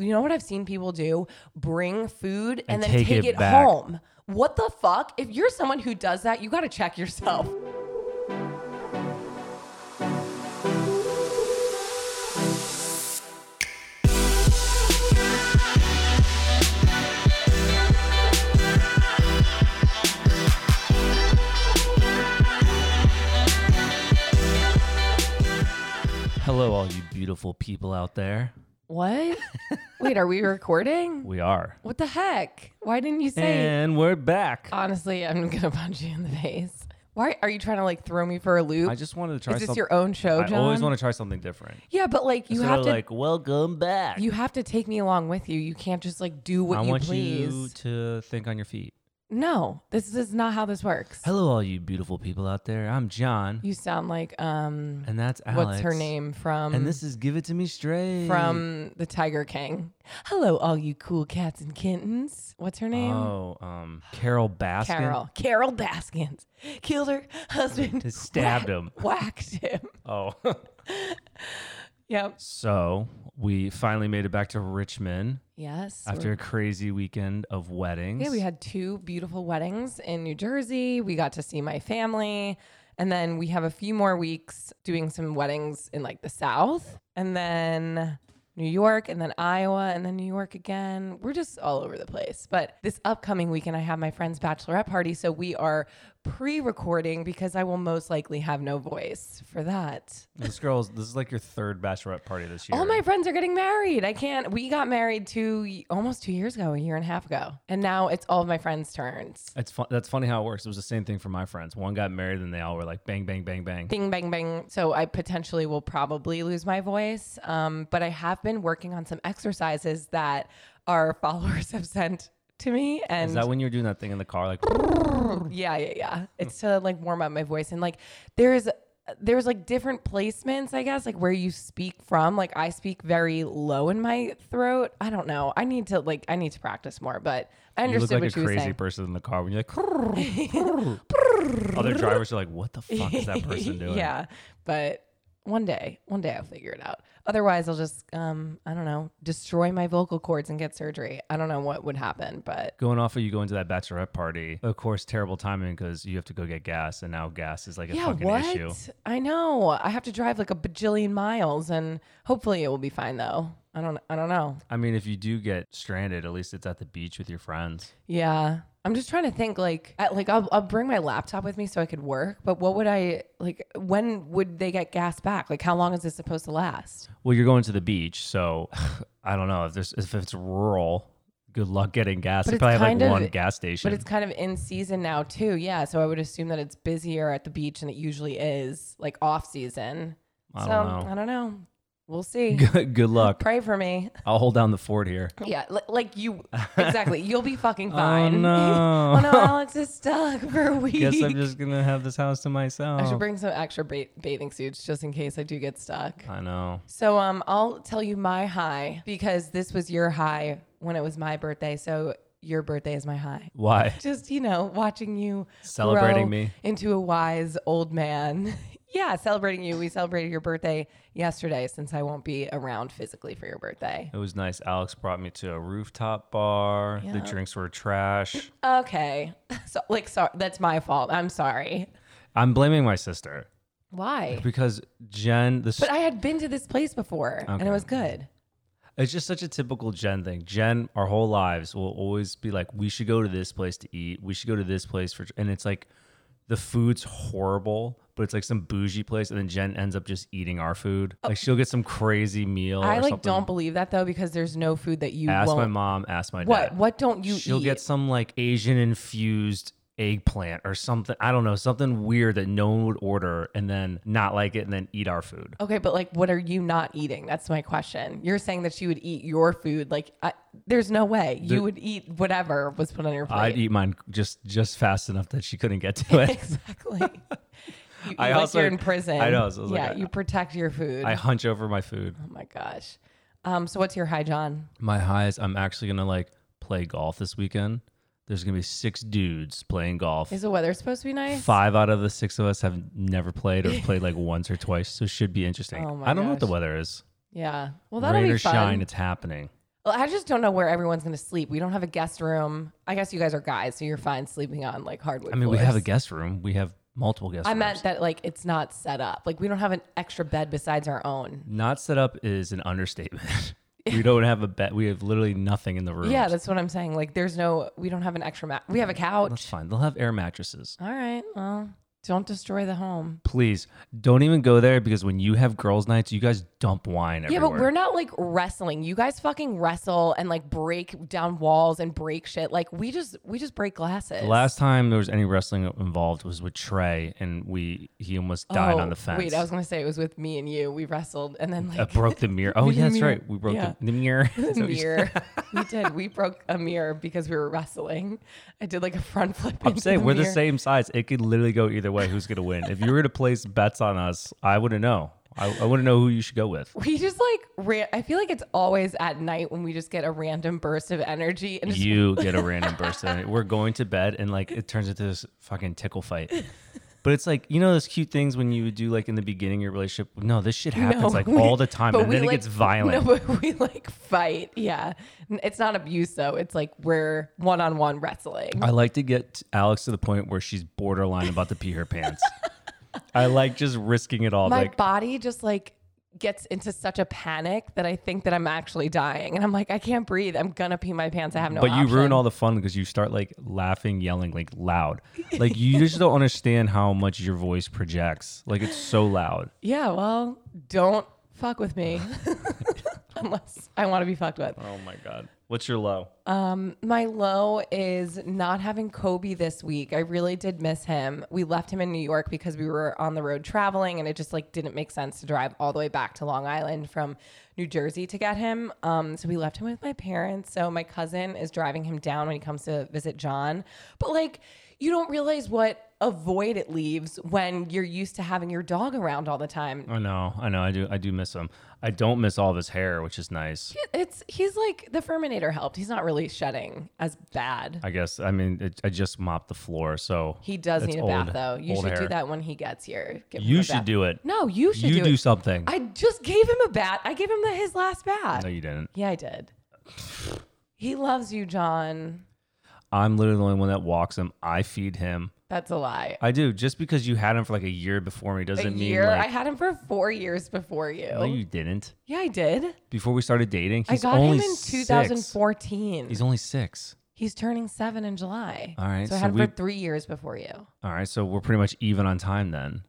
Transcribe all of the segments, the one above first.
You know what I've seen people do? Bring food and, And then take take it it back. home. What the fuck? If you're someone who does that, you got to check yourself. Hello, all you beautiful people out there. What? Wait, are we recording? We are. What the heck? Why didn't you say? And we're back. Honestly, I'm gonna punch you in the face. Why are you trying to like throw me for a loop? I just wanted to try Is this something. your own show, I John? always want to try something different. Yeah, but like you Instead have of to like, welcome back. you have to take me along with you. You can't just like do what I you want please. you to think on your feet. No, this is not how this works. Hello, all you beautiful people out there. I'm John, You sound like um and that's Alex. what's her name from and this is Give It to Me Straight. from the Tiger King. Hello, all you cool cats and kittens. What's her name? oh, um, Carol Baskin. Carol. Carol Baskins killed her husband. Just stabbed him. Whacked him. Oh, Yep. so we finally made it back to Richmond Yes. after a crazy weekend of weddings. Yeah, we had two beautiful weddings in New Jersey. We got to see my family. And then we have a few more weeks doing some weddings in like the South and then New York and then Iowa and then New York again. We're just all over the place. But this upcoming weekend, I have my friend's bachelorette party. So we are pre recording because I will most likely have no voice for that. This girl's. This is like your third bachelorette party this year. All my friends are getting married. I can't. We got married two almost two years ago, a year and a half ago. And now it's all of my friends' turns. It's fun. That's funny how it works. It was the same thing for my friends. One got married, and they all were like, bang, bang, bang, bang. Bing, bang, bang. So I potentially will probably lose my voice. Um, but I have been working on some exercises that our followers have sent to me. And Is that Hmm. when you were doing that thing in the car? Like, yeah, yeah, yeah. It's to like warm up my voice. And like there's there's like different placements, I guess, like where you speak from. Like I speak very low in my throat. I don't know. I need to like I need to practice more, but I you look understood like a what you were crazy saying. person in the car when you're like. Other drivers are like, what the fuck is that person doing? yeah, but one day, one day I'll figure it out. Otherwise, I'll just, um, I don't know, destroy my vocal cords and get surgery. I don't know what would happen, but Going off of you going to that bachelorette party, of course, terrible timing because you have to go get gas, and now gas is like a yeah, fucking what? issue. I know. I have to drive like a bajillion miles, and hopefully it will be fine though. I don't, I don't know. I mean, if you do get stranded, at least it's at the beach with your friends. Yeah. I'm just trying to think like I, like I'll, I'll bring my laptop with me so I could work, but what would I like when would they get gas back? Like how long is this supposed to last? Well, you're going to the beach, so I don't know if there's if it's rural. Good luck getting gas. But They it's probably have like kind of- one gas station. But it's kind of in season now too. Yeah, so I would assume that it's busier at the beach than it usually is like off season. I so don't know. I don't know. We'll see. good, good luck. Pray for me. I'll hold down the fort here. Yeah, li- like you exactly. You'll be fucking fine. Oh, no. oh no, Alex is stuck for a week. Guess Oh. I'm just gonna have this house to myself. I should bring some extra ba- bathing suits just in case I do get stuck. I know. So um, I'll tell you my high because this was your high when it was my birthday. So your birthday is my high. Why? Just you know, watching you Celebrating grow me. into a wise old man. yeah, celebrating you. We celebrated your birthday yesterday since I won't be around physically for your birthday. It was nice. Alex brought me to a rooftop bar. The Yeah. drinks were trash. Okay, so like sorry, that's my fault. I'm sorry. I'm blaming my sister Why? because Jen. This But I had been to this place before and it was good. it's just such a typical Jen thing. Jen, our whole lives will always be like, we should go to this place to eat. We should go to this place for, and it's like, the food's horrible. But it's like some bougie place, and then Jen ends up just eating our food. Like she'll get some crazy meal. Oh. I or like something. don't believe that though because there's no food that you Ask won't. my mom. Ask my What? dad. What don't you she'll eat? get some like Asian infused eggplant or something. I don't know, something weird that no one would order and then not like it and then eat our food. Okay, but like, what are you not eating? That's my question. You're saying that you would eat your food. Like, I, there's no way you would eat whatever was put on your plate. I'd eat mine just just fast enough that she couldn't get to it. exactly. You I eat like also- you're in prison. I know, so I was like, yeah, I- you protect your food. I hunch over my food. oh my gosh. Um. So what's your high, John? My highs, I'm actually gonna like play golf this weekend. There's gonna be six dudes playing golf. Is the weather supposed to be nice? Five out of the six of us have never played or played like once or twice, so it should be interesting. Oh my I don't know what the gosh. weather is. Yeah. Well, that'll Rain be or fun. shine, it's happening. Well, I just don't know where everyone's going to sleep. We don't have a guest room. I guess you guys are guys, so you're fine sleeping on like hardwood. I mean, we have a floors. guest room. We have multiple guest I rooms. meant that like it's not set up. Like we don't have an extra bed besides our own. Not set up is an understatement. we don't have a bed. We have literally nothing in the room. Yeah, that's what I'm saying. Like there's no. We don't have an extra mat. We have a That's couch. fine. They'll have air mattresses. All right. Well, don't destroy the home. Please don't even go there because when you have girls' nights, you guys dump wine Yeah, everywhere. but we're not like wrestling. You guys fucking wrestle and like break down walls and break shit. Like we just we just break glasses. The last time there was any wrestling involved was with Trey, and we he almost died Oh, on the fence. Wait, I was gonna say it was with me and you. We wrestled and then I like broke the mirror. Oh, Me yeah, and that's mirror. right. We broke Yeah. the, the mirror. Is that a what you said? mirror. we did. We broke a mirror because we were wrestling. I did like a front flip. I'm into saying the we're the mirror. same size. It could literally go either way. Who's gonna win? if you were to place bets on us, I wouldn't know. I, I wouldn't know who you should go with. We just like ran. I feel like it's always at night when we just get a random burst of energy and just, You get a random burst of it. We're going to bed, and like it turns into this fucking tickle fight. But it's like you know those cute things when you do like in the beginning of your relationship. No, this shit happens No, like we- all the time, but and we, then it like- gets violent. No, but we like fight. Yeah, N- it's not abuse though. It's like we're one on one wrestling. I like to get Alex to the point where she's borderline about to pee her pants. I like just risking it all. My like, body just like gets into such a panic that I think that I'm actually dying, and I'm like, I can't breathe. I'm gonna pee my pants. I have no. but you ruin option. all the fun because you start like laughing, yelling like loud. Like you just don't understand how much your voice projects. Like it's so loud. Yeah, well, don't fuck with me unless I want to be fucked with. Oh my god. What's your low? My low is not having Kobe this week. I really did miss him. We left him in New York because we were on the road traveling and it just like didn't make sense to drive all the way back to Long Island from New Jersey to get him. Um so we left him with my parents. So my cousin is driving him down when he comes to visit John. But like you don't realize what a void it leaves when you're used to having your dog around all the time. I know, I know, I do I do miss him. I don't miss all of his hair, which is nice. It's he's like the Furminator helped. He's not really shedding as bad. I guess I mean it, I just mopped the floor, so He does it's need a old- bath though. You old should do hair. that when he gets here. Give him You a should bath. do it. No, you should you do, do it. something. I just gave him a bat. I gave him the, his last bat. no, you didn't. yeah, I did. He loves you, John. I'm literally the only one that walks him. I feed him. That's a lie. I do. Just because you had him for like a year before me doesn't A mean year. I like had him for four years before you. no, you didn't. yeah, I did. Before we started dating, I he's got him only in six. 2014. He's He's, only six. turning seven in July. All right, So I so had him we- for three years before you. All right, so we're pretty much even on time then.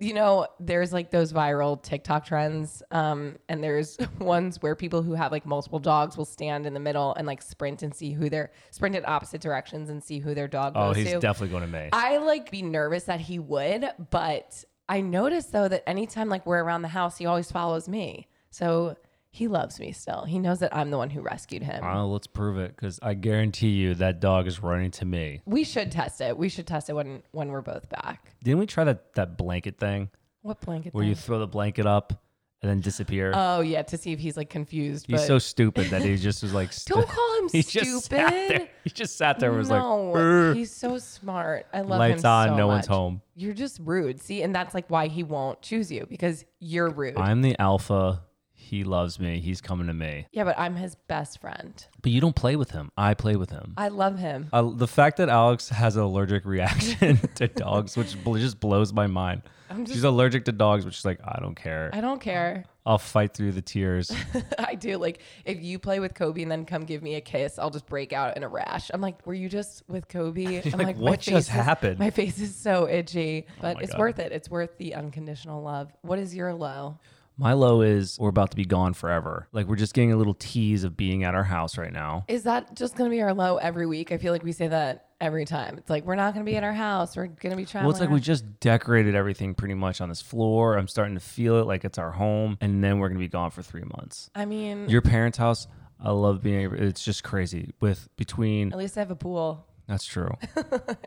you know, there's like those viral TikTok trends, um, and there's ones where people who have like multiple dogs will stand in the middle and like sprint and see who their sprint in opposite directions and see who their dog Oh, goes he's to. definitely going to May. I like be nervous that he would, but I noticed though that anytime like we're around the house, he always follows me. So he loves me still. He knows that I'm the one who rescued him. Oh, let's prove it because I guarantee you that dog is running to me. we should test it. We should test it when when we're both back. Didn't we try that that blanket thing What blanket? where you thing? throw the blanket up and then disappear? oh yeah, to see if he's like confused. he's but- so stupid that he just was like. st- Don't call him he stupid. just sat there. He just sat there and was no, like, "Brr." he's so smart. I love Lights him so on, no one's much. home. You're just rude. See, and that's like why he won't choose you because you're rude. I'm the alpha. He loves me. He's coming to me. yeah, but I'm his best friend. But you don't play with him. I play with him. I love him. Uh, the fact that Alex has an allergic reaction to dogs, which bl- just blows my mind. She's allergic to dogs, which is like, I don't care. I don't care. I'll fight through the tears. I do. Like, if you play with Kobe and then come give me a kiss, I'll just break out in a rash. I'm like, were you just with Kobe? I'm like, my what just face is- happened? Oh My face is so itchy, but my it's God. worth it. It's worth the unconditional love. What is your low? My low is we're about to be gone forever. Like, we're just getting a little tease of being at our house right now. Is that just going to be our low every week? I feel like we say that every time. It's like we're not going to be at our house. We're going to be traveling. Well, it's like we just decorated everything pretty much on this floor. I'm starting to feel it like it's our home. And then we're going to be gone for three months. I mean, Your parents' house, I love being able, it's just crazy. With between at least I have a pool. That's true.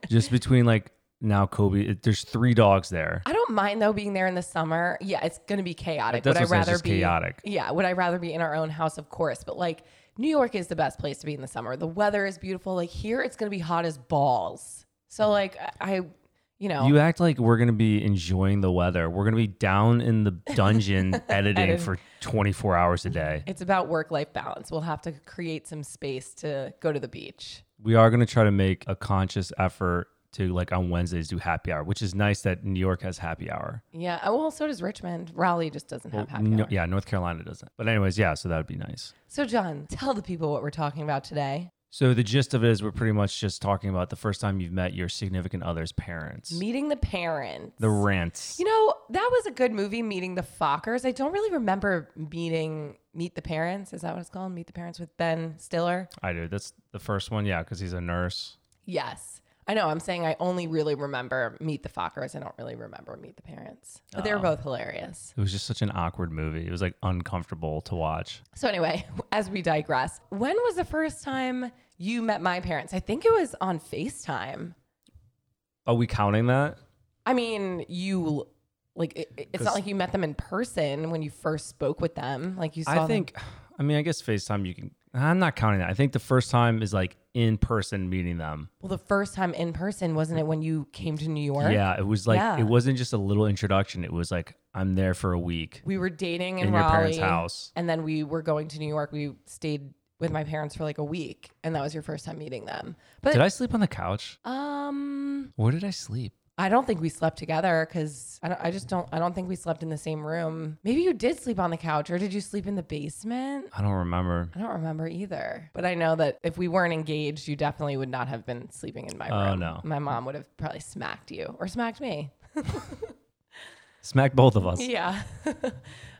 Just between like now Kobe, it, there's three dogs there. I don't mind though being there in the summer. Yeah, it's going to be chaotic. That's would I what I'm saying, it's rather just be chaotic. Yeah, would I rather be in our own house? Of course, but like New York is the best place to be in the summer. The weather is beautiful. Like here, it's going to be hot as balls. So like I, I- you know, You act like we're gonna be enjoying the weather. We're gonna be down in the dungeon editing Edit. for 24 hours a day. it's about work life balance. We'll have to create some space to go to the beach. We are gonna try to make a conscious effort to like on Wednesdays do happy hour, which is nice that New York has happy hour. Yeah. Oh, well, so does Richmond. Raleigh just doesn't have happy No- hour. yeah, North Carolina doesn't. But anyways, yeah, so that would be nice. So, John, tell the people what we're talking about today. So the gist of it is we're pretty much just talking about the first time you've met your significant other's parents. Meeting the parents. the rants. you know, that was a good movie, Meeting the Fockers. I don't really remember meeting Meet the Parents. Is that what it's called? Meet the Parents with Ben Stiller? I do. That's the first one, yeah, because he's a nurse. Yes. I know. I'm saying I only really remember Meet the Fockers. I don't really remember Meet the Parents. But they were both hilarious. It was just such an awkward movie. It was like uncomfortable to watch. So, anyway, as we digress, when was the first time you met my parents? I think it was on FaceTime. Are we counting that? I mean, you like it, it- it's not 'Cause- like you met them in person when you first spoke with them. Like you saw I think, I mean, I guess FaceTime, you can, I'm not counting that. I think the first time is like in person meeting them. them. Well, the first time in person wasn't it when you came to New York? Yeah, it was like, Yeah. it wasn't just a little introduction. It was like, I'm there for a week We were dating in, in your Raleigh, parents' house. and then we were going to New York. We stayed with my parents for like a week, and that was your first time meeting them. But Did I sleep on the couch? um, Where did I sleep? I don't think we slept together because I, don't- I just don't. I don't think we slept in the same room. Maybe you did sleep on the couch, or did you sleep in the basement? I don't remember. I don't remember either. But I know that if we weren't engaged, you definitely would not have been sleeping in my Oh, room. no. My mom would have probably smacked you or smacked me. Smack both of us. Yeah.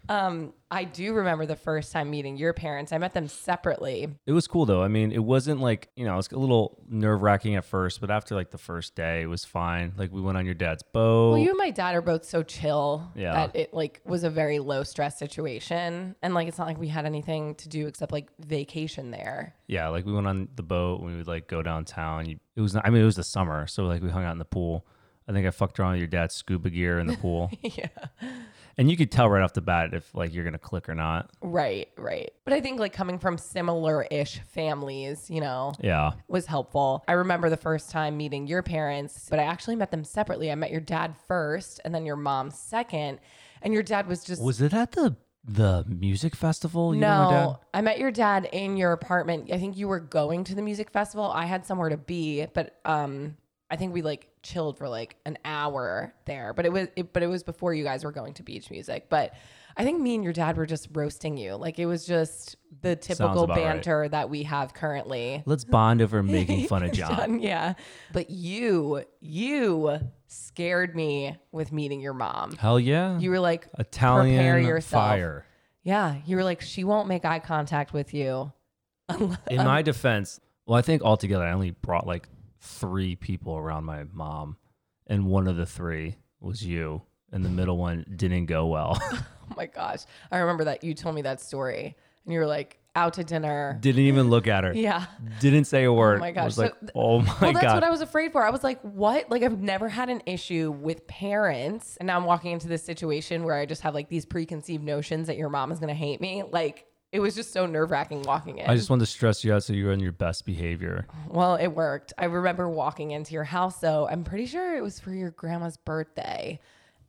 um, I do remember the first time meeting your parents. I met them separately. It was cool though. I mean, it wasn't like, you know, it was a little nerve wracking at first, but after like the first day, it was fine. Like we went on your dad's boat. Well, you and my dad are both so chill Yeah. that it like was a very low stress situation. And like it's not like we had anything to do except like vacation there. yeah, like we went on the boat. We would like go downtown. You- It was, not- I mean, it was the summer. So like we hung out in the pool. I think I fucked around with your dad's scuba gear in the pool. yeah. and you could tell right off the bat if like you're going to click or not. Right, right. But I think like coming from similar ish families, you know, Yeah. was helpful. I remember the first time meeting your parents, but I actually met them separately. I met your dad first and then your mom second. And your dad was just Was it at the, the music festival? You and my dad? no, I met your dad in your apartment. I think you were going to the music festival. I had somewhere to be, but um I think we like chilled for like an hour there. But it was it, but it was before you guys were going to beach music. But I think me and your dad were just roasting you. Like it was just the typical about right. banter that we have currently. Let's bond over making fun of John. Done, yeah. Uh, But you, you scared me with meeting your mom. Hell yeah. You were like, Italian yourself. fire. yeah, you were like, she won't make eye contact with you. Oh In Um, my defense, well, I think altogether I only brought like three people around my mom, and one of the three was you, and the middle one didn't go well. Oh my gosh. I remember that you told me that story and you were like, out to dinner. didn't even look at her. Yeah. Oh Didn't say a word. my I gosh. was So like, th- oh my Well, that's god. what I was afraid for. I was like, what? Like, I've never had an issue with parents. And now I'm walking into this situation where I just have like these preconceived notions that your mom is going to hate me. Like, it was just so nerve wracking walking in. I just wanted to stress you out so you were on your best behavior. Well, it worked. I remember walking into your house, though. I'm pretty sure it was for your grandma's birthday.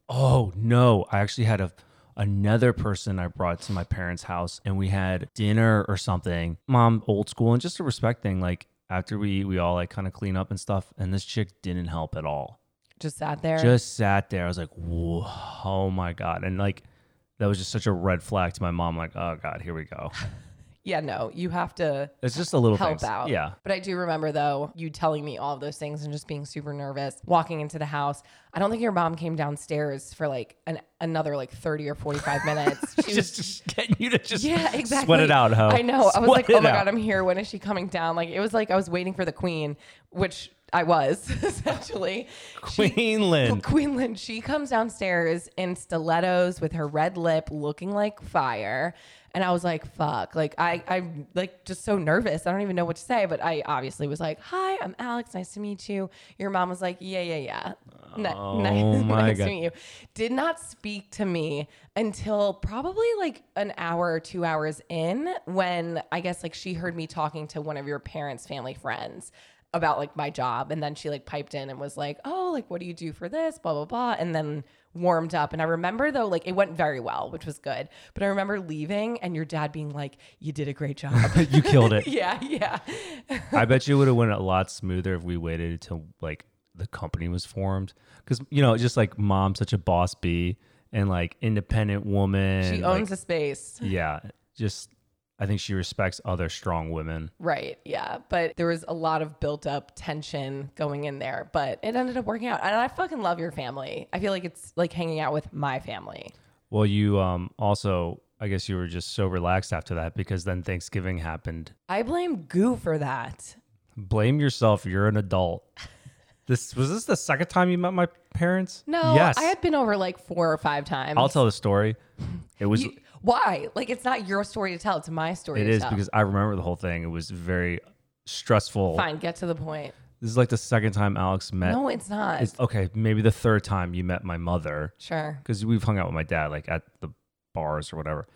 Oh no, I actually had a another person I brought to my parents' house and we had dinner or something. Mom old school and just a respect thing like after we eat, we all like kind of clean up and stuff and this chick didn't help at all. Just sat there. just sat there. I was like, Whoa, oh my god, and like that was just such a red flag to my mom. Like, oh god, here we go. yeah, no, you have to It's just a little help things. out. Yeah, But I do remember, though, you telling me all of those things and just being super nervous, walking into the house. I don't think your mom came downstairs for like an, another like 30 or 45 minutes. She was just, just getting you to just Yeah, exactly. sweat it out, ho. I know. I was Sweat like, oh it my out. god, I'm here. When is she coming down? Like it was like I was waiting for the queen, which I was essentially. Queen Lynn. Queenland. She comes downstairs in stilettos with her red lip, looking like fire. And I was like, fuck. Like I, I'm like just so nervous. I don't even know what to say. But I obviously was like, hi, I'm Alex. Nice to meet you. Your mom was like, yeah, yeah, yeah. Ni- Oh nice, my nice God. to meet you. Did not speak to me until probably like an hour or two hours in when I guess like she heard me talking to one of your parents' family friends. about like my job and then she like piped in and was like oh like what do you do for this blah blah blah and then warmed up and i remember though like it went very well which was good but i remember leaving and your dad being like you did a great job you killed it. yeah yeah I bet you would have went a lot smoother if we waited until like the company was formed. Because you know, just like mom's such a boss bee and like independent woman. she like, owns a space yeah, just I think she respects other strong women. Right. Yeah. But there was a lot of built up tension going in there, but it ended up working out. And I fucking love your family. I feel like it's like hanging out with my family. Well, you um also I guess you were just so relaxed after that because then Thanksgiving happened. I blame Goo for that. Blame yourself. You're an adult. This was this the second time you met my parents? No, Yes. I had been over like four or five times. I'll tell the story. It was You- why? Like, it's not your story to tell. It's my story It to is tell. because I remember the whole thing. It was very stressful. Fine, get to the point. This is like the second time Alex met. No, it's not. It's- okay, maybe the third time you met my mother sure. because we've hung out with my dad like at the bars or whatever.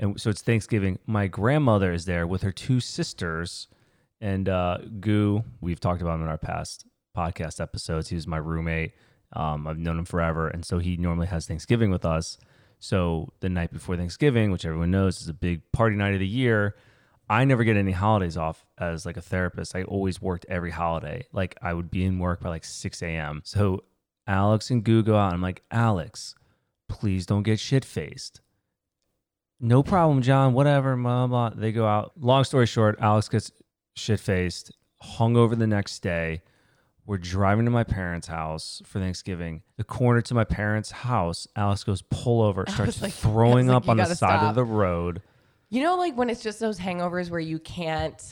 And so it's Thanksgiving. My grandmother is there with her two sisters and uh, Goo. We've talked about him in our past podcast episodes. He was my roommate. Um, I've known him forever, and so he normally has Thanksgiving with us. So the night before Thanksgiving, which everyone knows is a big party night of the year, I never get any holidays off as like a therapist. I always worked every holiday. Like I would be in work by like six a.m. So Alex and Goo go out. And I'm like, Alex, please don't get shit faced. No problem, John. Whatever, blah, blah, blah. They go out. Long story short, Alex gets shit faced, hung over the next day. We're driving to my parents' house for Thanksgiving. The corner to my parents' house, Alex goes pull over, starts was like- I throwing was like, up you on the gotta side stop. of the road. You know, like when it's just those hangovers where you can't,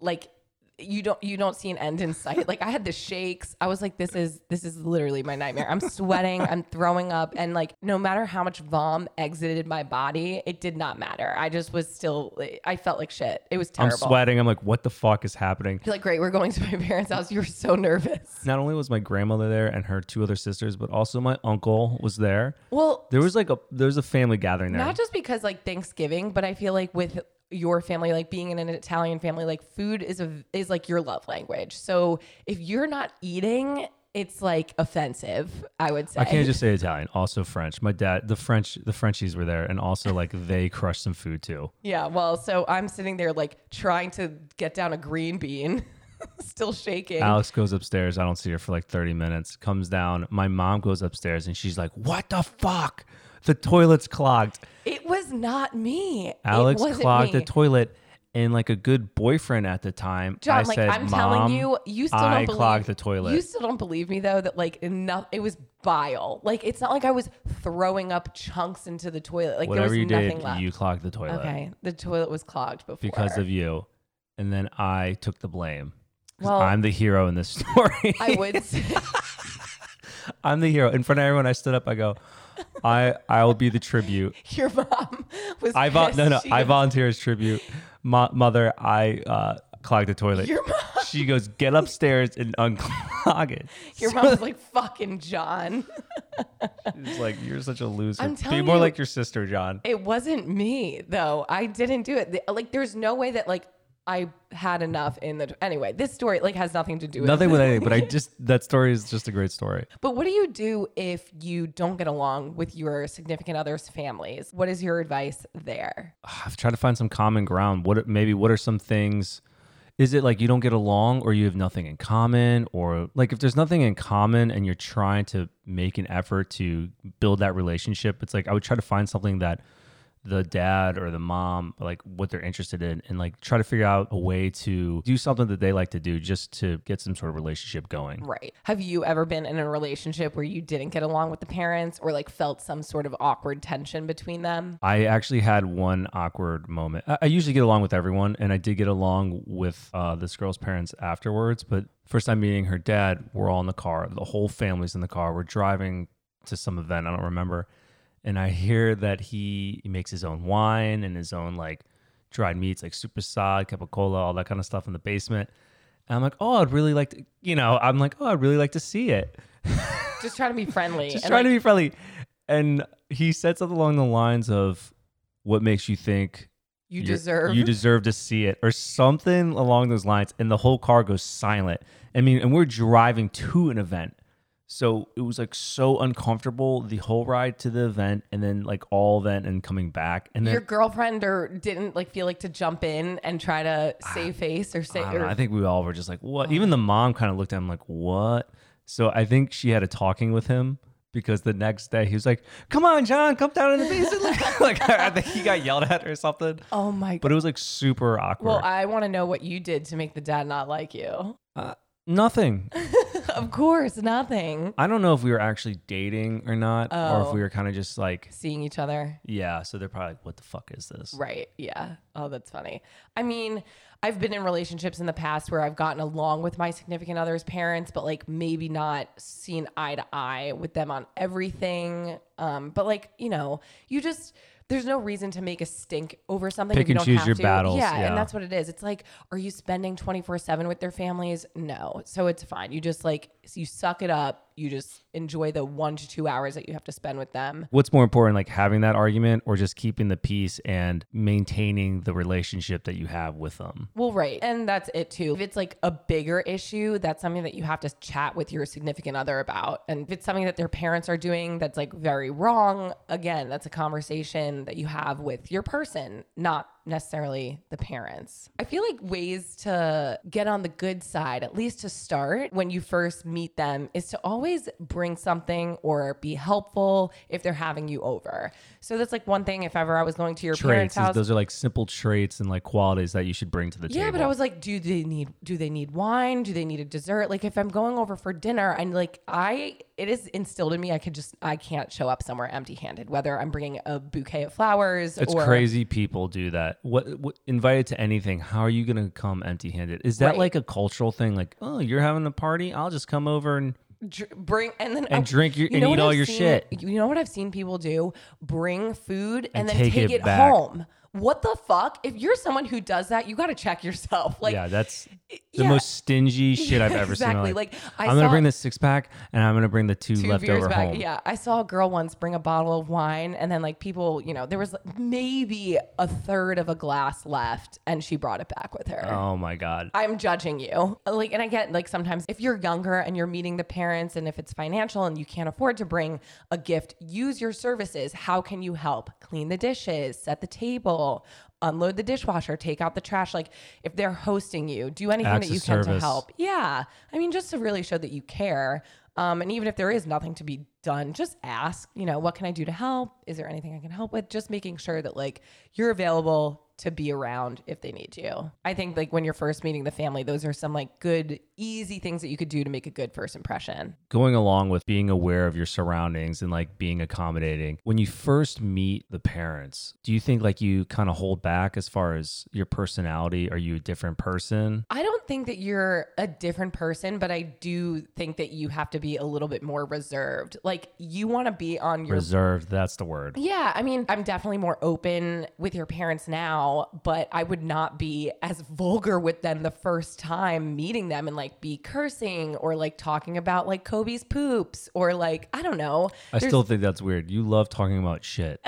like, you don't you don't see an end in sight. Like I had the shakes. I was like, this is this is literally my nightmare. I'm sweating. I'm throwing up, and like no matter how much vom exited my body, it did not matter. I just was still. I felt like shit. It was I'm terrible. sweating. I'm like, what the fuck is happening? You're like, great, we're going to my parents' house. You were so nervous. Not only was my grandmother there and her two other sisters, but also my uncle was there. Well, There was like a there was a family gathering there. not just because like Thanksgiving, but I feel like with your family, like being in an Italian family, like food is a is like your love language. So if you're not eating, it's like offensive. I would say. I can't just say Italian. Also French. My dad, the French, the Frenchies were there, and also like they crushed some food too. Yeah. Well, so I'm sitting there like trying to get down a green bean, still shaking. Alex goes upstairs. I don't see her for like thirty minutes. Comes down. My mom goes upstairs, and she's like, "What the fuck? The toilet's clogged." It was not me. It Alex wasn't clogged me. the toilet, and like a good boyfriend at the time, John, I like said, I'm "Mom, telling you, you still I don't believe clogged the toilet. You still don't believe me though that like enough. It was bile. Like it's not like I was throwing up chunks into the toilet. Like Whatever there was you nothing did, left. you clogged the toilet okay, the toilet was clogged before because of you." And then I took the blame. 'Cause Well- I'm the hero in this story. I would say I'm the hero in front of everyone. I stood up. I go, I I will be the tribute. your mom was. I vo- pissed. no no. She I goes, volunteer as tribute. Mo- mother, I uh, clogged the toilet. Your mom- she goes, get upstairs and unclog it. Your mom was like fucking John. She's like, you're such a loser. I'm be telling more you- like your sister, John. It wasn't me though. I didn't do it. The- Like there's no way that like I had enough in the. Anyway, this story like has nothing to do with Nothing with anything, but I just that story is just a great story. But what do you do if you don't get along with your significant other's families? What is your advice there? I've tried to find some common ground. What maybe what are some things? Is it like you don't get along, or you have nothing in common, or like if there's nothing in common and you're trying to make an effort to build that relationship? It's like I would try to find something that the dad or the mom like what they're interested in, and like try to figure out a way to do something that they like to do just to get some sort of relationship going. Right. Have you ever been in a relationship where you didn't get along with the parents or like felt some sort of awkward tension between them? I actually had one awkward moment. I, I usually get along with everyone, and I did get along with uh, this girl's parents afterwards. But first time meeting her dad, we're all in the car. The whole family's in the car. We're driving to some event. I don't remember. And I hear that he, he makes his own wine and his own like dried meats, like super sod, capicola, all that kind of stuff in the basement. And I'm like, oh, I'd really like to, you know, I'm like, oh, I'd really like to see it. Just trying to be friendly. Just and, trying like, to be friendly. And he said something along the lines of, "What makes you think You You're- deserve. You deserve to see it, or something along those lines. And the whole car goes silent. I mean, and we're driving to an event, so it was like so uncomfortable the whole ride to the event, and then like all event and coming back, and your then girlfriend or didn't like feel like to jump in and try to save face or say Ah, I, don't know, or Oh. I think we all were just like, what? Even the mom kind of looked at him like, what? So I think she had a talking with him. Because the next day he was like, "Come on, John, come down in the basement." Like, like I think he got yelled at or something. oh my god. But it was like super awkward. Well, I want to know what you did to make the dad not like you. uh, nothing. Of course, nothing. I don't know if we were actually dating or not, or Oh. if we were kind of just like, Seeing each other. yeah. So they're probably like, what the fuck is this? Right. Yeah. Oh, that's funny. I mean, I've been in relationships in the past where I've gotten along with my significant other's parents, but like maybe not seen eye to eye with them on everything. Um, but like, you know, you just there's no reason to make a stink over something. Pick if you and don't choose have your to. battles, Yeah, yeah. and that's what it is. It's like, are you spending 24 7 with their families? No. So it's fine. You just like, you suck it up. You just enjoy the one to two hours that you have to spend with them. What's more important, like having that argument or just keeping the peace and maintaining the relationship that you have with them? Well, right. And that's it too. If it's like a bigger issue, that's something that you have to chat with your significant other about. And if it's something that their parents are doing that's like very wrong, again, that's a conversation that you have with your person, not necessarily the parents. I feel like ways to get on the good side, at least to start when you first meet them, is to always bring something or be helpful if they're having you over. So that's like one thing if ever I was going to your parents' Traits, is- house. those are like simple traits and like qualities that you should bring to the Yeah, table. but I was like, do they need do they need wine? Do they need a dessert? Like if I'm going over for dinner, and like I it is instilled in me I could just I can't show up somewhere empty-handed whether I'm bringing a bouquet of flowers it's or crazy people do that. What, what invited to anything? How are you going to come empty-handed? Is that Right. like a cultural thing? Like, oh, you're having a party, I'll just come over and dr- bring and then I- And drink your- and know eat what all I've your seen- shit. You know what I've seen people do? Bring food and, And then take take, it it, back. home. What the fuck? If you're someone who does that, you got to check yourself. Like yeah, that's the yeah. most stingy shit I've ever seen. in my exactly. life. Like I I am gonna saw- bring the six pack and I'm gonna bring the two, two beers leftover back. home. Yeah, I saw a girl once bring a bottle of wine, and then like people, you know, there was maybe a third of a glass left, and she brought it back with her. Oh my god. I'm judging you. Like, and I get like sometimes if you're younger and you're meeting the parents, and if it's financial and you can't afford to bring a gift, use your services. How can you help? Clean the dishes, set the table, unload the dishwasher, take out the trash. Like, if they're hosting you, do anything Acts that of you can to service. help. Yeah. I mean, just to really show that you care. Um, and even if there is nothing to be done, just ask, you know, what can I do to help? Is there anything I can help with? Just making sure that like you're available to be around if they need you. I think like when you're first meeting the family, those are some like good, easy things that you could do to make a good first impression. Going along with being aware of your surroundings and like being accommodating. When you first meet the parents, do you think like you kind of hold back as far as your personality? Are you a different person? I don't think that you're a different person, but I do think that you have to be a little bit more reserved. Like you want to be on your Reserved, that's the word. Yeah, I mean, I'm definitely more open with your parents now, but I would not be as vulgar with them the first time meeting them and like be cursing or like talking about like Kobe's poops or like, I don't know. I still think that's weird. You love talking about shit.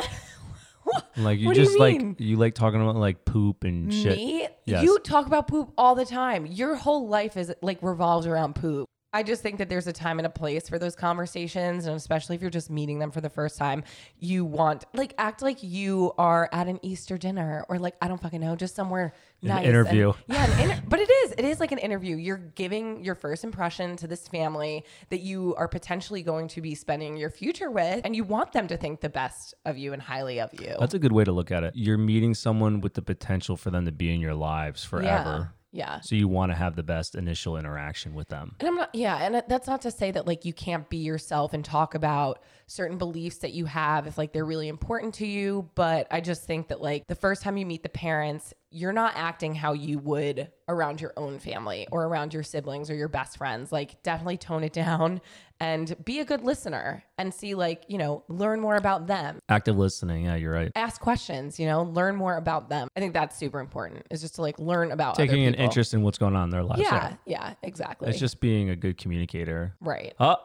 like you What do you just like mean? you like talking about like poop and shit. Me? Yes. You talk about poop all the time. Your whole life is like revolves around poop. I just think that there's a time and a place for those conversations. And especially if you're just meeting them for the first time, you want, like, act like you are at an Easter dinner or, like, I don't fucking know, just somewhere nice. and- interview. yeah. An inter- but it is, it is like an interview. You're giving your first impression to this family that you are potentially going to be spending your future with. And you want them to think the best of you and highly of you. That's a good way to look at it. You're meeting someone with the potential for them to be in your lives forever. Yeah. Yeah. So you want to have the best initial interaction with them. And I'm not, yeah. And it- that's not to say that like you can't be yourself and talk about certain beliefs that you have if like they're really important to you. But I just think that like the first time you meet the parents, you're not acting how you would around your own family or around your siblings or your best friends. Like definitely tone it down and be a good listener and see like, you know, learn more about them. Active listening. Yeah, you're right. Ask questions, you know, learn more about them. I think that's super important is just to like learn about other Taking an people. interest in what's going on in their lives. Yeah. Yeah. Exactly. It's just being a good communicator. right.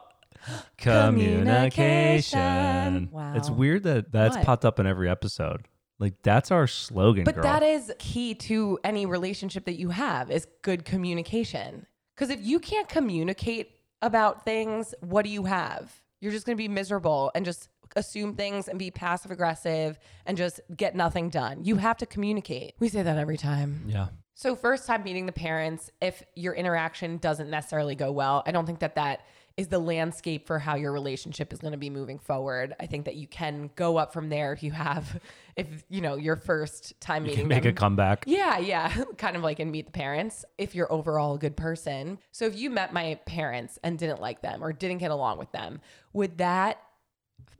Oh, Communication. communication. It's Wow. weird that that's What? popped up in every episode. Like that's our slogan, But girl. that is key to any relationship that you have is good communication. Because if you can't communicate about things, what do you have? You're just going to be miserable and just assume things and be passive aggressive and just get nothing done. You have to communicate. We say that every time. yeah. So, first time meeting the parents, if your interaction doesn't necessarily go well, I don't think that that is the landscape for how your relationship is going to be moving forward. I think that you can go up from there if you have, if you know, your first time You meeting can make a them. comeback. Yeah, yeah. kind of like in Meet the Parents, if you're overall a good person. So if you met my parents and didn't like them or didn't get along with them, would that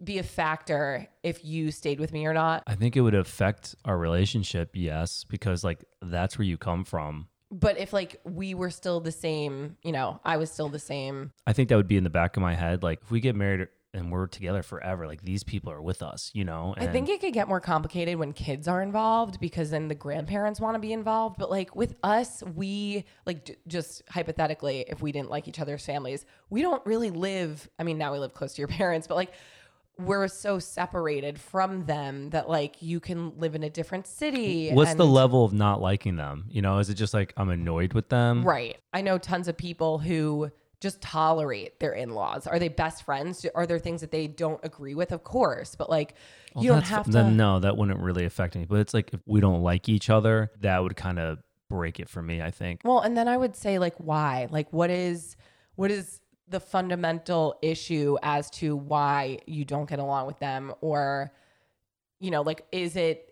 be a factor if you stayed with me or not? I think it would affect our relationship, yes, because like that's where you come from. But if like we were still the same, you know, I was still the same. I think that would be in the back of my head. Like if we get married and we're together forever, like these people are with us, you know? And I think it could get more complicated when kids are involved because then the grandparents want to be involved. But like with us, we like j- just hypothetically, if we didn't like each other's families, we don't really live. I mean, now we live close to your parents, but like we're so separated from them that like you can live in a different city. what's the and- level of not liking them? You know, is it just like I'm annoyed with them? Right. I know tons of people who just tolerate their in-laws. Are they best friends? Are there things that they don't agree with? Of course, but like you don't That's- have to. Then no, that wouldn't really affect me. But it's like if we don't like each other, that would kind of break it for me. I think. Well, and then I would say like why? Like what is what is the fundamental issue as to why you don't get along with them or you know, like is it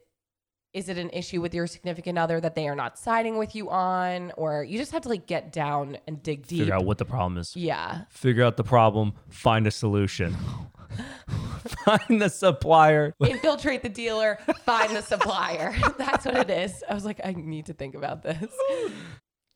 is it an issue with your significant other that they are not siding with you on or you just have to like get down and dig deep. Figure out what the problem is. yeah. Figure out the problem. Find a solution. find the supplier. Infiltrate the dealer, find the supplier. That's what it is. I was like I need to think about this.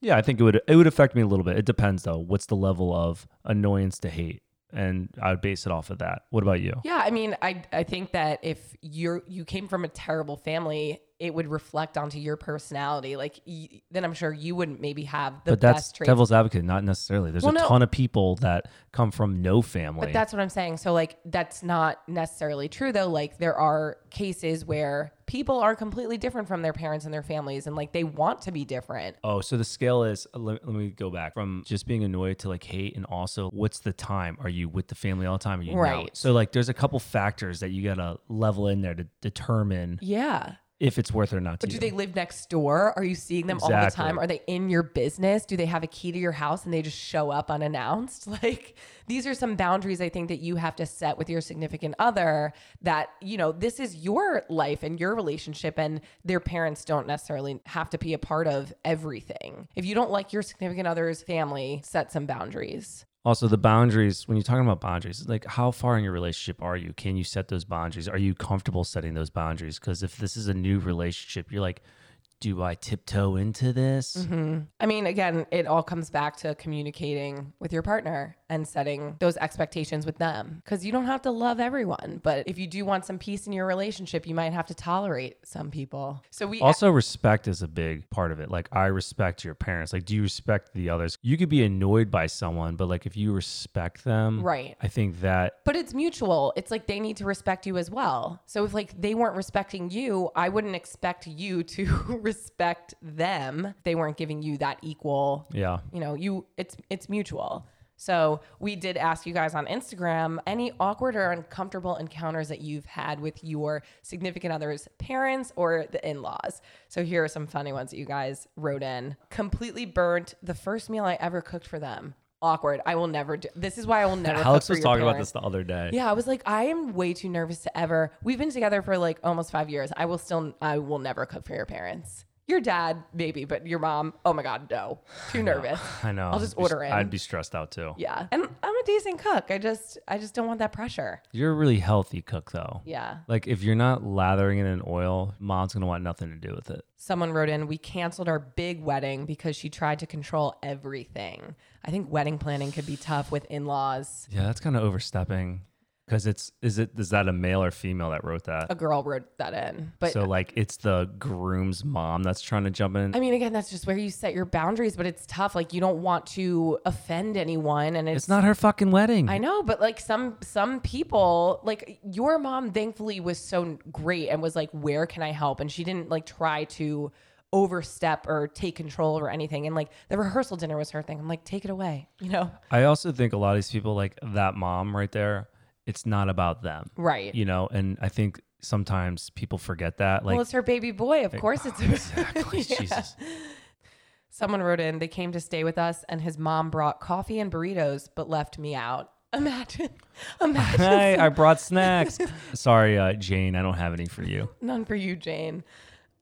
Yeah, I think it would it would affect me a little bit. It depends though. What's the level of annoyance to hate? And I would base it off of that. What about you? Yeah, I mean, I I think that if you're you came from a terrible family, it would reflect onto your personality. Like y- then I'm sure you wouldn't maybe have the but that's best traits. devil's advocate, not necessarily. There's Well, a no. ton of people that come from no family. but that's what I'm saying. So like that's not necessarily true though. Like there are cases where people are completely different from their parents and their families and like they want to be different. Oh, so the scale is let, let me go back from just being annoyed to like hate, and also what's the time? Are you with the family all the time? Are you right? Right. So like, there's a couple factors that you gotta level in there to determine Yeah. if it's worth it or not to But do you. they live next door? Are you seeing them all the Exactly. time? Are they in your business? Do they have a key to your house and they just show up unannounced? Like these are some boundaries I think that you have to set with your significant other that, you know, this is your life and your relationship and their parents don't necessarily have to be a part of everything. If you don't like your significant other's family, set some boundaries. also, the boundaries. When you're talking about boundaries, it's like how far in your relationship are you? Can you set those boundaries? Are you comfortable setting those boundaries? Because if this is a new relationship, you're like, do I tiptoe into this? I mean, again, it all comes back to communicating with your partner and setting those expectations with them because you don't have to love everyone. But if you do want some peace in your relationship, you might have to tolerate some people. So we Also, respect is a big part of it. Like, I respect your parents. Like, do you respect the others? You could be annoyed by someone, but like, if you respect them, Right. I think that But it's mutual. It's like they need to respect you as well. So if like they weren't respecting you, I wouldn't expect you to respect them. They weren't giving you that equal yeah. you know you it's it's mutual so we did ask you guys on instagram any awkward or uncomfortable encounters that you've had with your significant other's parents or the in-laws so here are some funny ones that you guys wrote in completely burnt the first meal i ever cooked for them awkward i will never do this is why i will never Alex cook for was your talking about parents. this the other day. Yeah, I was like, I am way too nervous to ever. We've been together for like almost five years. I will still, I will never cook for your parents. Your dad, maybe, but your mom, oh my God, no. Too nervous. I know. I'll just I'd be- order in. I'd be stressed out too. Yeah. And I'm a decent cook. I just, I just don't want that pressure. You're a really healthy cook, though. Yeah. Like, if you're not lathering it in oil, mom's gonna want nothing to do with it. Someone wrote in, we canceled our big wedding because she tried to control everything. I think wedding planning could be tough with in laws. Yeah, that's kind of overstepping. Because it's is it is that a male or female that wrote that? A girl wrote that in, Uh, but so like it's the groom's mom that's trying to jump in. I mean, again, that's just where you set your boundaries. But it's tough. Like you don't want to offend anyone, and it's not her fucking wedding. I know, but like some some people, like your mom, thankfully was so great and was like, "Where can I help?" And she didn't like try to overstep or take control or anything. And like the rehearsal dinner was her thing. I'm like, take it away, you know? I also think a lot of these people, like that mom right there, it's not about them, Right. you know. And I think sometimes people forget that. Like, well, it's her baby boy. Of course, it's exactly, Yeah. Jesus. Someone wrote in. They came to stay with us, and his mom brought coffee and burritos, but left me out. Imagine, imagine. Hey, I brought snacks. Sorry, uh, Jane, I don't have any for you. None for you, Jane.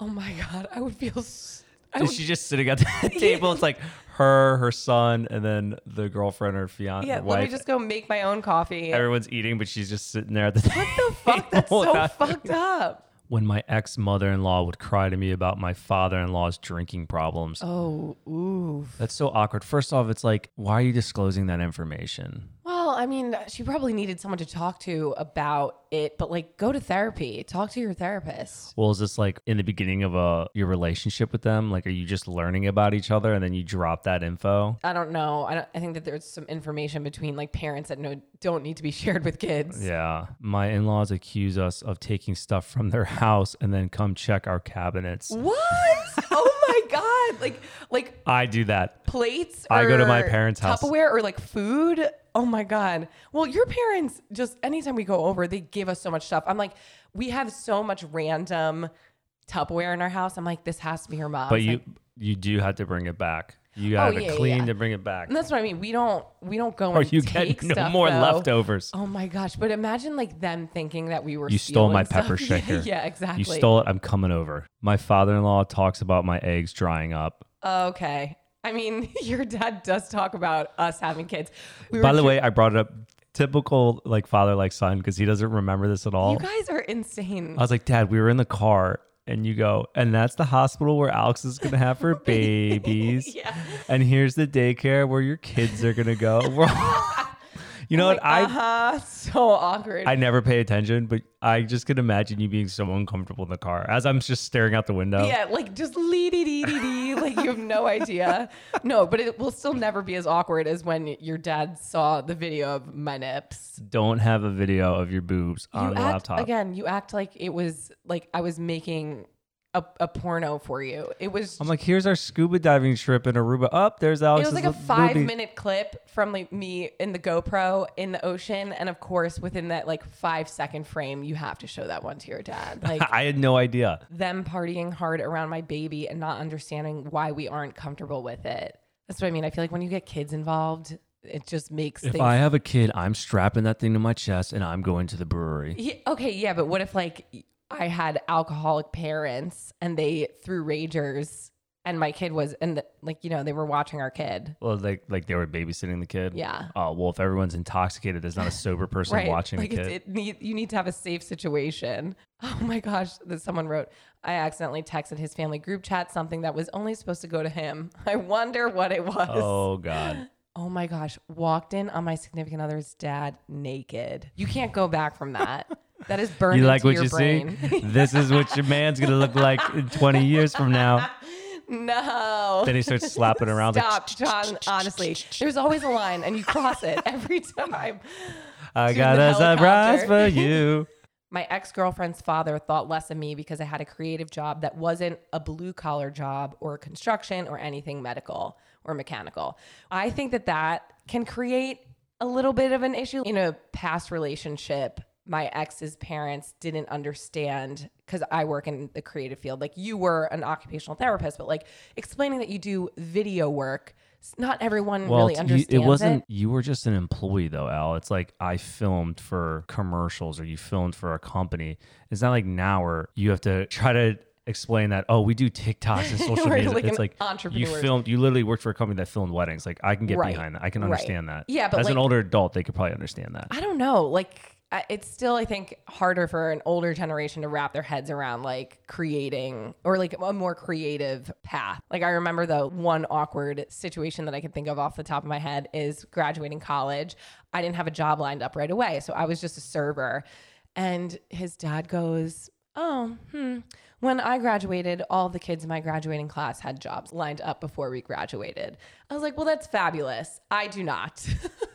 Oh my God, I would feel. s I Is would, she just sitting at the table? It's like her, her son, and then the girlfriend or fiance, yeah, let me wife. just go make my own coffee. Everyone's eating, but she's just sitting there at the table. what the fuck? That's so without- fucked up. When my ex mother in law would cry to me about my father in law's drinking problems. Oh, ooh. That's so awkward. First off, it's like, why are you disclosing that information? Well, I mean, she probably needed someone to talk to about it, but like, go to therapy. Talk to your therapist. Well, is this like in the beginning of a your relationship with them? Like, are you just learning about each other and then you drop that info? I don't know. I, don't, I think that there's some information between like parents that no, don't need to be shared with kids. Yeah, my in-laws accuse us of taking stuff from their house and then come check our cabinets. What? oh my god! Like, like I do that. plates. I go to my or parents' house. Tupperware or like food. Oh my god. Well, your parents just anytime we go over, they give us so much stuff. I'm like, we have so much random Tupperware in our house. I'm like, this has to be your mom. But you you do have to bring it back. You have yeah, to clean yeah. to bring it back. And that's what I mean. We don't we don't go Or and you take get no stuff, more though. leftovers. Oh my gosh! But imagine like them thinking that we were You stole my stealing pepper stuff. shaker. yeah, exactly. You stole it. I'm coming over. My father-in-law talks about my eggs drying up. Okay. I mean, your dad does talk about us having kids. We were By the way, I brought it up. Typical like father like son because he doesn't remember this at all. you guys are insane. I was like, Dad, we were in the car, and you go, and that's the hospital where Alex is gonna have her babies. Yeah. And here's the daycare where your kids are gonna go. We're all- you know what? I uh-huh. So awkward. I never pay attention, but I just can imagine you being so uncomfortable in the car as I'm just staring out the window. yeah, like just lee dee dee dee dee. Like you have no idea. No, but it will still never be as awkward as when your dad saw the video of my nips. Don't have a video of your boobs You on the act laptop. again. You act like it was like I was making a, a porno for you. It was. I'm like, here's our scuba diving trip in Aruba. Up there's Alex. it was like a five minute clip from like me in the GoPro in the ocean, and of course, within that like five second frame, you have to show that one to your dad. Like I had no idea. them partying hard around my baby and not understanding why we aren't comfortable with it. That's what I mean. I feel like when you get kids involved, it just makes If things. I have a kid, I'm strapping that thing to my chest and I'm going to the brewery. Yeah, okay, yeah, but what if like I had alcoholic parents and they threw ragers and my kid was and the, like you know they were watching our kid. Well, like like they were babysitting the kid. Yeah. Oh well, if everyone's intoxicated, there's not a sober person Right. watching like the it's kid. It need, you need to have a safe situation. Oh my gosh, that someone wrote. I accidentally texted his family group chat something that was only supposed to go to him. I wonder what it was. oh god. Oh my gosh, walked in on my significant other's dad naked. You can't go back from that. That is burned You into like what your you brain. see? this is what your man's gonna look like in 20 years from now. no. Then he starts slapping around. Stop, John. Honestly, there's always a line, and you cross it every time. Like, I to got the a surprise helicopter. for you. My ex girlfriend's father thought less of me because I had a creative job that wasn't a blue collar job or construction or anything medical or mechanical. I think that that can create a little bit of an issue. In a past relationship, my ex's parents didn't understand because I work in the creative field. Like you were an occupational therapist, but like explaining that you do video work, s- not everyone Well, really it's- you- understands it wasn't. You were just an employee though, Al. It's like I filmed for commercials or you filmed for a company. It's not like now where you have to try to explain that. Oh, we do TikToks and social We're media. like it's an like you entrepreneur. filmed. You literally worked for a company that filmed weddings. Like I can get Right. behind that. I can Right. understand that. Yeah, but as an like- older adult, they could probably understand that. I don't know. Like, I- it's still I think harder for an older generation to wrap their heads around like creating or like a more creative path. Like I remember the one awkward situation that I could think of off the top of my head is graduating college. I didn't have a job lined up right away, so I was just a server. And his dad goes, "Oh, hmm. When I graduated, all the kids in my graduating class had jobs lined up before we graduated." I was like, "Well, that's fabulous. I do not."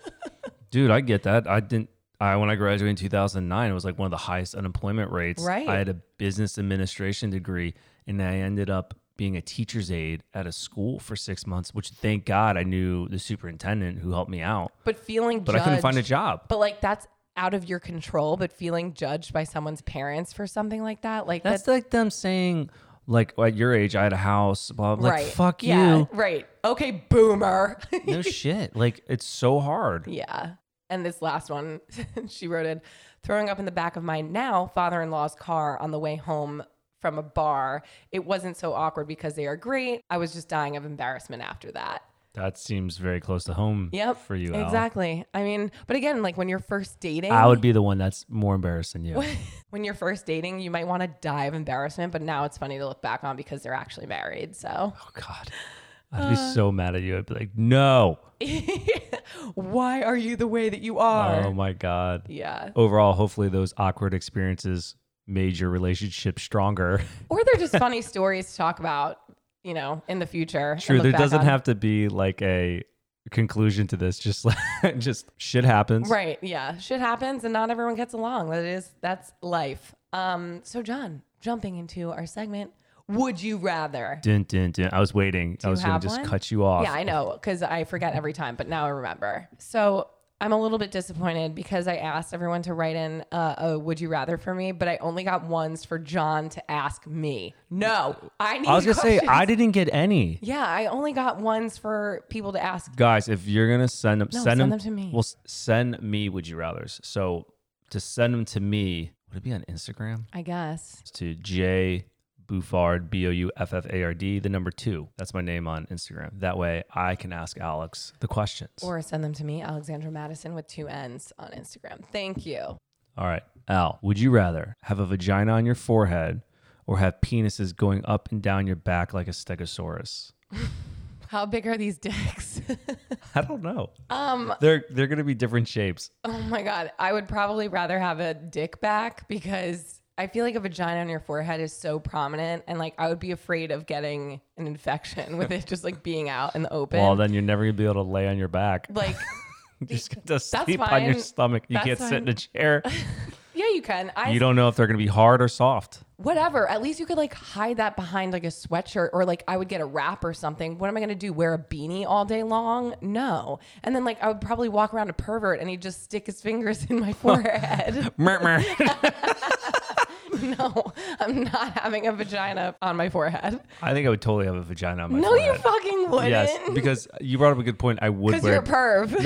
Dude, I get that. I didn't. I when I graduated in 2009, it was like one of the highest unemployment rates. Right. I had a business administration degree, and I ended up being a teacher's aide at a school for six months. Which, thank God, I knew the superintendent who helped me out. but feeling But I couldn't find a job. But like that's out of your control. But feeling judged by someone's parents for something like that, like That's that's like them saying, like at your age, I had a house. Blah. blah. right. Like, fuck yeah, you. Right. Okay, boomer. No shit. Like it's so hard. yeah. And this last one, she wrote in, throwing up in the back of my now father-in-law's car on the way home from a bar. It wasn't so awkward because they are great. I was just dying of embarrassment after that. That seems very close to home. Yep. For you, Al. Exactly. I mean, but again, like when you're first dating, I would be the one that's more embarrassed than you. when you're first dating, you might want to die of embarrassment, but now it's funny to look back on because they're actually married. So, Oh God, I'd be Uh. so mad at you. I'd be like, no. why are you the way that you are? Oh my God. yeah. Overall, hopefully those awkward experiences made your relationship stronger. Or they're just funny stories to talk about, you know, in the future. and True, look there back doesn't on. have to be like a conclusion to this. Just like, just shit happens. Right. Yeah. Shit happens and not everyone gets along. That is that's life. Um so John, jumping into our segment, would you rather? Dun, dun, dun. I was waiting. I you was going have to just one? cut you off. Yeah, I know, because I forget every time, but now I remember. So I'm a little bit disappointed because I asked everyone to write in uh, a would you rather for me, but I only got ones for John to ask me. No, I need I was going to say, questions. I didn't get any. Yeah, I only got ones for people to ask. Guys, if you're going to send them, No, send, send them, them to me. Well, s- send me would you rather's. So to send them to me, would it be on Instagram? I guess. to J Buffard B O U F F A R D, the number two. That's my name on Instagram. That way I can ask Alex the questions. Or send them to me, Alexandra Madison with two N's on Instagram. Thank you. All right, Al, would you rather have a vagina on your forehead or have penises going up and down your back like a stegosaurus? How big are these dicks? I don't know. um, They're they're gonna be different shapes. Oh my God. I would probably rather have a dick back because I feel like a vagina on your forehead is so prominent. And like, I would be afraid of getting an infection with it just like being out in the open. Well, then you're never gonna be able to lay on your back. like, Just to sleep on your fine. stomach. You That's can't sit in fine. a chair. yeah, you can. I, You don't know if they're gonna be hard or soft. whatever. At least you could like hide that behind like a sweatshirt or like I would get a wrap or something. What am I going to do? Wear a beanie all day long? No. And then like, I would probably walk around a pervert and he'd just stick his fingers in my forehead. Mer- mer. no, I'm not having a vagina on my forehead. I think I would totally have a vagina on my No, forehead. you fucking wouldn't. Yes, because you brought up a good point. I would Because you're wear a perv.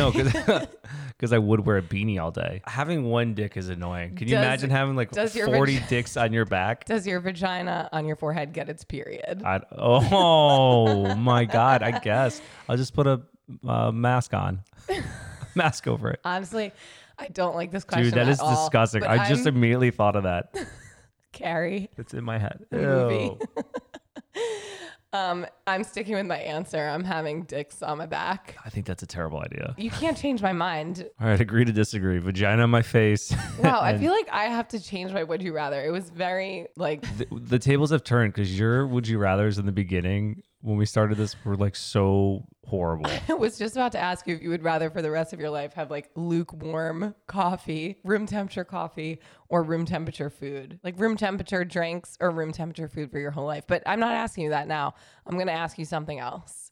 no, because I would wear a beanie all day. Having one dick is annoying. Can you Does- imagine having like does your forty vag- dicks on your back? Does your vagina on your forehead get its period? I'd, oh my god! I guess I'll just put a uh, mask on, mask over it. Honestly, I don't like this question. Dude, that at is all, disgusting. but I just I'm immediately thought of that. Carrie. It's in my head. Movie. Ew. Um, I'm sticking with my answer. I'm having dicks on my back. I think that's a terrible idea. You can't change my mind. All right, agree to disagree. Vagina on my face. Wow, I feel like I have to change my would you rather. It was very like the, the tables have turned because your would you rather's in the beginning when we started this were like so horrible. I was just about to ask you if you would rather for the rest of your life have like lukewarm coffee, room temperature coffee, or room temperature food. Like room temperature drinks or room temperature food for your whole life. But I'm not asking you that now. I'm going to ask you something else.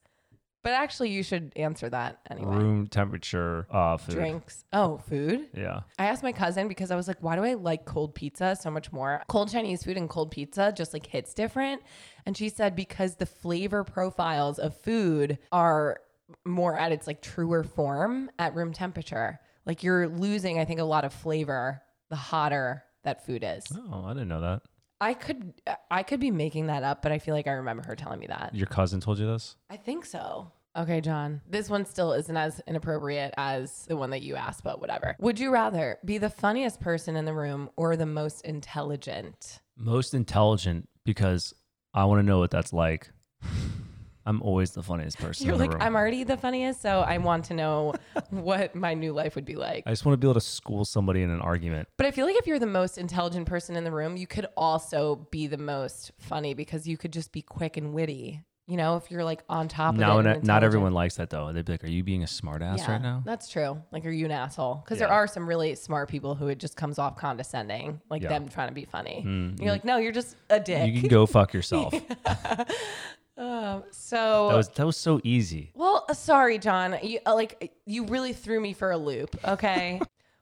But actually, you should answer that anyway. Room temperature uh, food. Drinks. Oh, food? Yeah. I asked my cousin because I was like, why do I like cold pizza so much more? Cold Chinese food and cold pizza just like hits different. And she said because the flavor profiles of food are more at its like truer form at room temperature. Like you're losing, I think, a lot of flavor the hotter that food is. Oh, I didn't know that. I could I could be making that up, but I feel like I remember her telling me that. Your cousin told you this? I think so. Okay, John. This one still isn't as inappropriate as the one that you asked, but whatever. Would you rather be the funniest person in the room or the most intelligent? Most intelligent because I want to know what that's like. I'm always the funniest person. You're in the like, room. I'm already the funniest, so I want to know what my new life would be like. I just want to be able to school somebody in an argument. But I feel like if you're the most intelligent person in the room, you could also be the most funny because you could just be quick and witty. You know, if you're like on top of it. and Now, and e, not intelligent. everyone likes that though. They'd be like, "Are you being a smartass right now?" That's true. Like, are you an asshole? Because there Yeah. are some really smart people who it just comes off condescending, like Yeah. Mm, them trying to be funny. You're like, no, you're just a dick. You can go fuck yourself. um, so, That was that was so easy. well, uh, sorry, John. You uh, like you really threw me for a loop. Okay.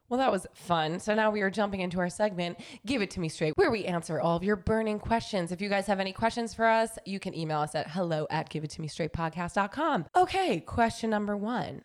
Well, that was fun. So now we are jumping into our segment, Give It To Me Straight, where we answer all of your burning questions. If you guys have any questions for us, you can email us at hello at giveittomestraightpodcast.com. Okay, question number one.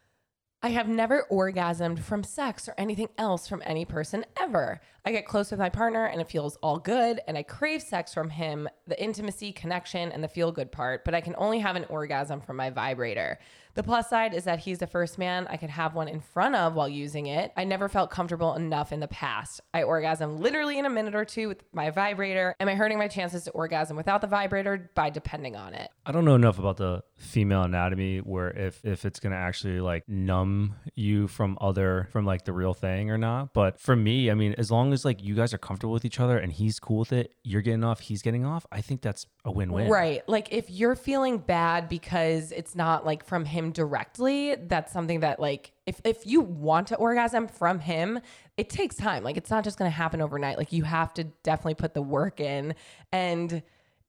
I have never orgasmed from sex or anything else from any person ever. I get close with my partner and it feels all good, and I crave sex from him, the intimacy, connection, and the feel good part, but I can only have an orgasm from my vibrator. The plus side is that he's the first man I could have one in front of while using it. I never felt comfortable enough in the past. I orgasm literally in a minute or two with my vibrator. Am I hurting my chances to orgasm without the vibrator by depending on it? I don't know enough about the female anatomy where if if it's gonna actually like numb you from other from like the real thing or not. But for me, I mean, as long as like you guys are comfortable with each other and he's cool with it, you're getting off, he's getting off. I think that's a win-win. Right. Like if you're feeling bad because it's not like from him directly, that's something that like if if you want to orgasm from him, it takes time. Like it's not just going to happen overnight. Like you have to definitely put the work in and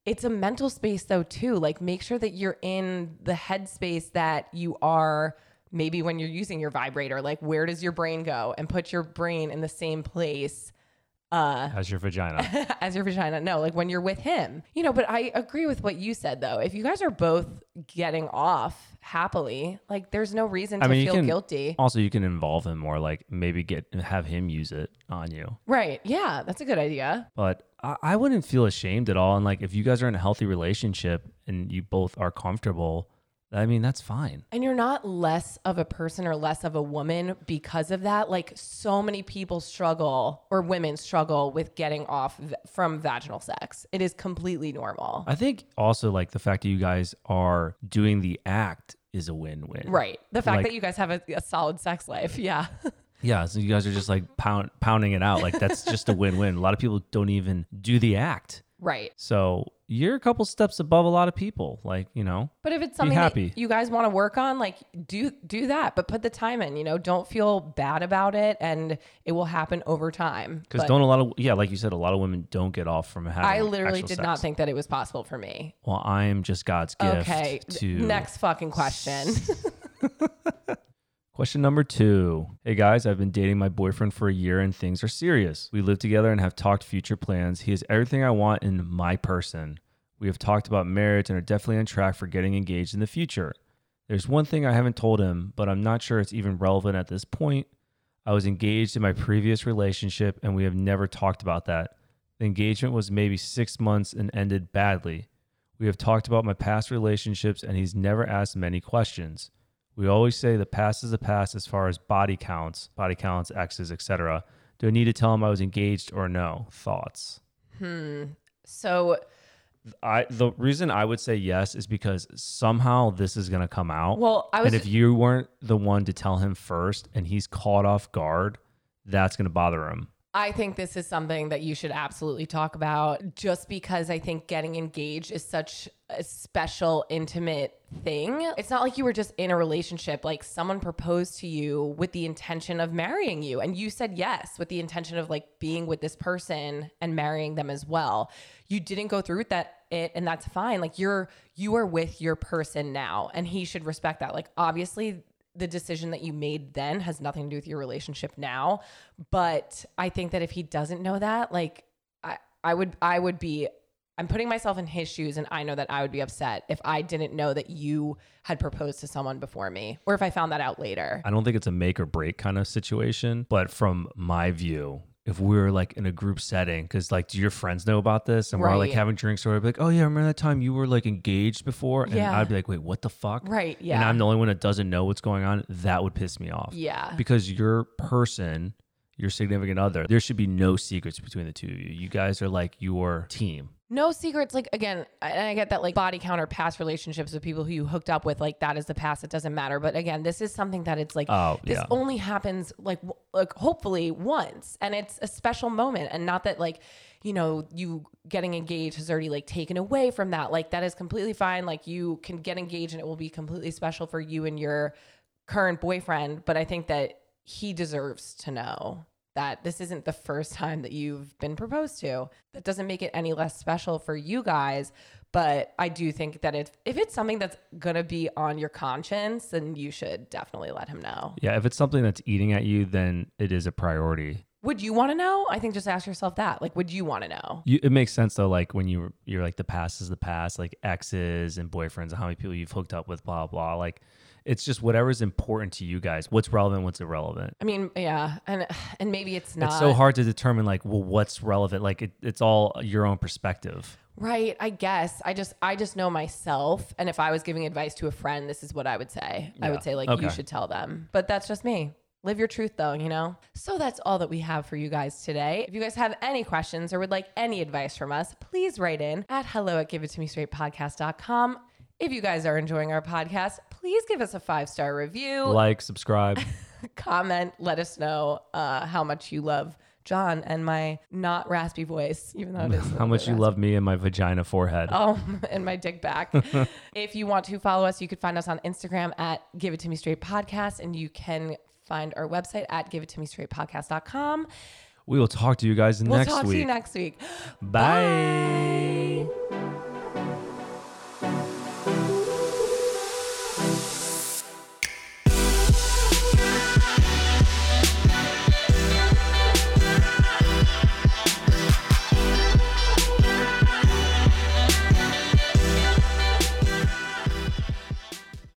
it's a mental space though too. Like make sure that you're in the headspace that you are maybe when you're using your vibrator. Like where does your brain go and put your brain in the same place uh How's your vagina? as your vagina. No, like when you're with him. You know, but I agree with what you said though. If you guys are both getting off happily, like there's no reason to I mean, you feel can- guilty. also, you can involve him more, like maybe get have him use it on you. Right. Yeah, that's a good idea. But I, I wouldn't feel ashamed at all. And like if you guys are in a healthy relationship and you both are comfortable, I mean that's fine. And you're not less of a person or less of a woman because of that. Like so many people struggle or women struggle with getting off v- from vaginal sex. It is completely normal. I think also like the fact that you guys are doing the act is a win-win. Right. The fact Like- that you guys have a, a solid sex life. Yeah. Yeah. So you guys are just like pound, pounding it out. Like that's just a win-win. A lot of people don't even do the act. right. So you're a couple steps above a lot of people. Like you know, But if it's something happy. that you guys want to work on, like do do that, but put the time in. You know, don't feel bad about it, and it will happen over time. because But don't a lot of yeah, like you said, a lot of women don't get off from having. I literally actual did sex. not think that it was possible for me. Well, I am just God's gift. okay, To next fucking question. Question number two. Hey guys, I've been dating my boyfriend for a year and things are serious. We live together and have talked future plans. He is everything I want in my person. We have talked about marriage and are definitely on track for getting engaged in the future. There's one thing I haven't told him, but I'm not sure it's even relevant at this point. I was engaged in my previous relationship and we have never talked about that. The engagement was maybe six months and ended badly. We have talked about my past relationships and he's never asked many questions. We always say the past is the past as far as body counts, body counts, exes, etc. Do I need to tell him I was engaged or no? Thoughts. so I the reason I would say yes is because somehow this is going to come out. Well, I was- and if you weren't the one to tell him first and he's caught off guard, that's going to bother him. I think this is something that you should absolutely talk about just because I think getting engaged is such a special, intimate thing. It's not like you were just in a relationship, like someone proposed to you with the intention of marrying you, and you said yes with the intention of like being with this person and marrying them as well. You didn't go through with that it and that's fine like you're you are with your person now and he should respect that like obviously the decision that you made then has nothing to do with your relationship now. But I think that if he doesn't know that, like I, I would I would be I'm putting myself in his shoes and I know that I would be upset if I didn't know that you had proposed to someone before me or if I found that out later. I don't think it's a make or break kind of situation, but from my view, if we were like in a group setting, because like, do your friends know about this? And we're all like Right. having drinks, or I'd be like, oh yeah, remember that time you were like engaged before? And Yeah. I'd be like, wait, what the fuck? Right. Yeah. And I'm the only one that doesn't know what's going on. That would piss me off. yeah. Because your person, your significant other, there should be no secrets between the two of you. You guys are like your team. No secrets. Like again, I- and I get that like body count or past relationships with people who you hooked up with, like that is the past. It doesn't matter. But again, this is something that it's like Oh, this yeah. only happens like w- like hopefully once, and it's a special moment, and not that like you know you getting engaged has already like taken away from that. Like that is completely fine. Like you can get engaged, and it will be completely special for you and your current boyfriend. But I think that he deserves to know that this isn't the first time that you've been proposed to. That doesn't make it any less special for you guys. But I do think that if, if it's something that's going to be on your conscience, then you should definitely let him know. Yeah. If it's something that's eating at you, then it is a priority. Would you want to know? I think just ask yourself that. Like, would you want to know? You, it makes sense though, like when you you're like the past is the past, like exes and boyfriends, and how many people you've hooked up with, blah blah. Like, it's just whatever's important to you guys. What's relevant? What's irrelevant? I mean, yeah. And and maybe it's not. It's so hard to determine like, well, what's relevant? Like, it, it's all your own perspective. Right, I guess. I just I just know myself and if I was giving advice to a friend, this is what I would say. I Yeah. would say like Okay. you should tell them. But that's just me. Live your truth though, you know? So that's all that we have for you guys today. If you guys have any questions or would like any advice from us, please write in at hello at give it to me straight podcast.com. If you guys are enjoying our podcast, please give us a five star review, Like, subscribe. comment, let us know uh, how much you love John and my not raspy voice, even though it is a how little much bit you love me and my vagina forehead. Oh, and my dick back. if you want to follow us, you can find us on Instagram at Give It To Me Straight Podcast, and you can find our website at Give It To Me Straight Podcast.com. We will talk to you guys We'll next talk week. to you next week. Bye. Bye.